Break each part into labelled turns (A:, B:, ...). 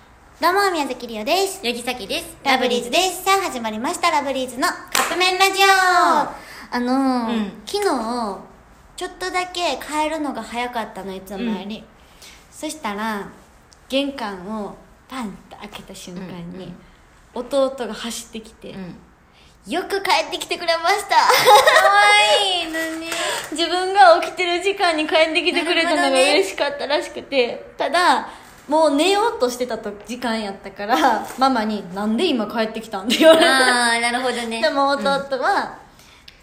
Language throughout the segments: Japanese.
A: どうも、宮崎りおです。
B: 八木崎です
A: ラブリーズです。さあ、始まりました、ラブリーズのカップ麺ラジオあのー
B: うん
A: 昨日、ちょっとだけ変えるのが早かったの、いつもより。そしたら、玄関をパンって開けた瞬間に、
B: うんうん
A: 弟が走ってきて、
B: うん
A: よく帰ってきてくれました
B: かわいいのに
A: 自分が起きてる時間に帰ってきてくれたの
B: な
A: が
B: るほどね
A: 嬉しかったらしくて、ただもう寝ようとしてたと時間やったからママに「なんで今帰ってきたん?」って言われた
B: ああなるほどね
A: でも弟は、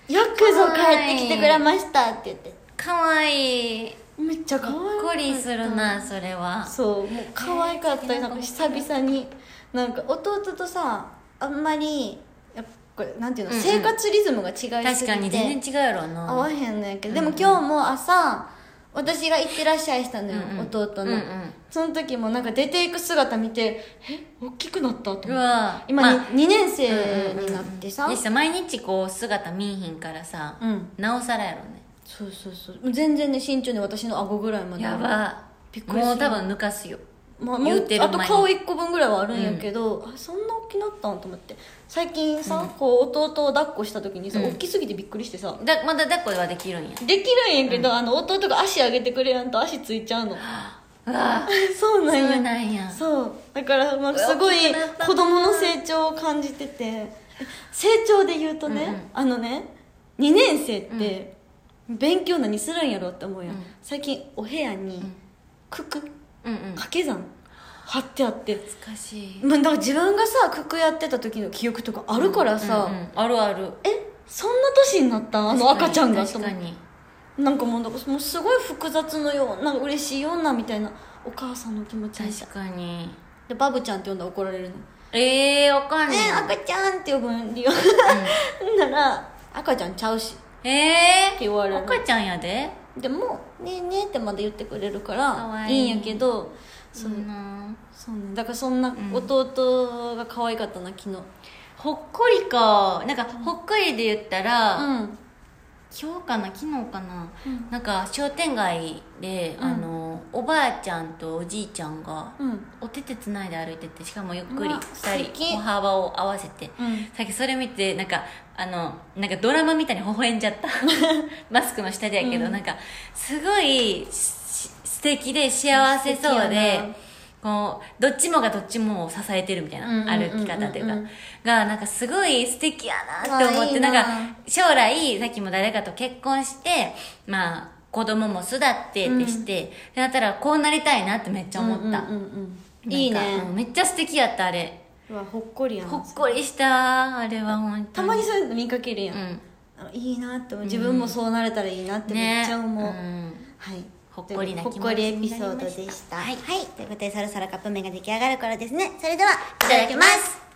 A: よくぞ帰ってきてくれました」って言って
B: かわいい
A: めっちゃ可愛
B: ほっこりするなそれは
A: そうもう可愛かったりなんか久々になんか弟とさあんまりやっぱこれなんていうの、
B: うんうん
A: 生活リズムが違いすぎて
B: 確かに全然違うやろうな
A: 合わへんのやけど、でも今日も朝私が「行ってらっしゃい」したのよ、
B: うんうん
A: 弟の、
B: うんうん
A: その時もなんか出ていく姿見てえ大きくなったと思って
B: うわ
A: 今、
B: まあ
A: に 2, 年生になってさ、
B: でさ毎日こう姿見えひんからさ
A: うん
B: なおさらやろうね
A: そうそうそうもう全然ね身長ね私の顎ぐらいまで
B: やば
A: びっくりする
B: もう多分抜かすよ
A: まあ、も
B: 言
A: う
B: うてる
A: あ
B: 前
A: と顔
B: に
A: 1個分ぐらいはあるんやけど、あそんな大きなったんと思って最近さ、こう弟を抱っこした時にさ、
B: うん
A: 大きすぎてびっくりしてさ
B: だまだ抱っこはできるんや
A: できるんやけど、あの弟が足上げてくれやんと足ついちゃうの
B: うわ
A: そう
B: そ
A: なんや
B: うなんや
A: そうだから、まあ、すごい
B: 大きくなったな
A: 子供の成長を感じてて成長で言うとね、
B: うんうん
A: あのね2年生って勉強何するんやろって思うやん、
B: うん
A: 最近お部屋に
B: ん
A: 九九
B: うんうん
A: 掛け算貼ってあって、
B: 懐かしい
A: まあ、だから自分がさ九九やってた時の記憶とかあるからさ、
B: うんうんあるある
A: えそんな年になったんあの赤ちゃんが
B: 確か
A: と思
B: に
A: ってなんかもうだからもうすごい複雑のような嬉しいようなみたいなお母さんの気持ちにした
B: 確かに
A: でバブちゃんって呼んだら怒られるの
B: ええー、わかん
A: ね
B: ね
A: え赤ちゃんって呼ぶんだよ、 なら赤ちゃんちゃうし
B: ええ
A: って言われる
B: 赤ちゃんやで
A: でも「ねえねえ」ってまだ言ってくれるか
B: からわ
A: い
B: いい
A: いんやけどそう,、
B: んな
A: そうねだからそんな弟が可愛かったな昨日
B: ほっこりかなんかほっこりで言ったら、
A: うん
B: 今日かな昨日かな、
A: うん
B: なんか商店街で、
A: うん
B: あのおばあちゃんとおじいちゃんが、
A: うん
B: お手手つないで歩いててしかもゆっくり
A: うわ
B: 2
A: 素敵
B: 人歩幅を合わせて、
A: うん
B: さっきそれ見てなんかあのなんかドラマみたいに微笑んじゃった マスクの下でやけど、
A: うん
B: なんかすごいし素敵で幸せそ
A: 素
B: う
A: 敵やな
B: でこうどっちもがどっちもを支えてるみたいな、
A: うんうんうんうん
B: 歩き方というか、
A: うん
B: がなんかすごい素敵やなって思っ
A: わあいい
B: て
A: な
B: なんか将来さっきも誰かと結婚してまあ子供も巣立ってってして、でなったらこうなりたいなってめっちゃ思った、
A: うんうんうんうん
B: い
A: いい
B: いね
A: ね
B: めっちゃ素敵やったあれ
A: うわほっこりやな
B: ほっこりしたあれは本当に
A: たまにそういうの見かけるやん、
B: う
A: あいいなって思う自分もそうなれたらいいなって
B: ん
A: め
B: ね
A: っちゃ思う、
B: ん
A: はい
B: ほっこりな気持ち
A: ほっこりエピソードで
B: になり
A: し
B: ましたたはい
A: ということでそろそろカップ麺が出来上がる頃ですねそれではい
B: ただきます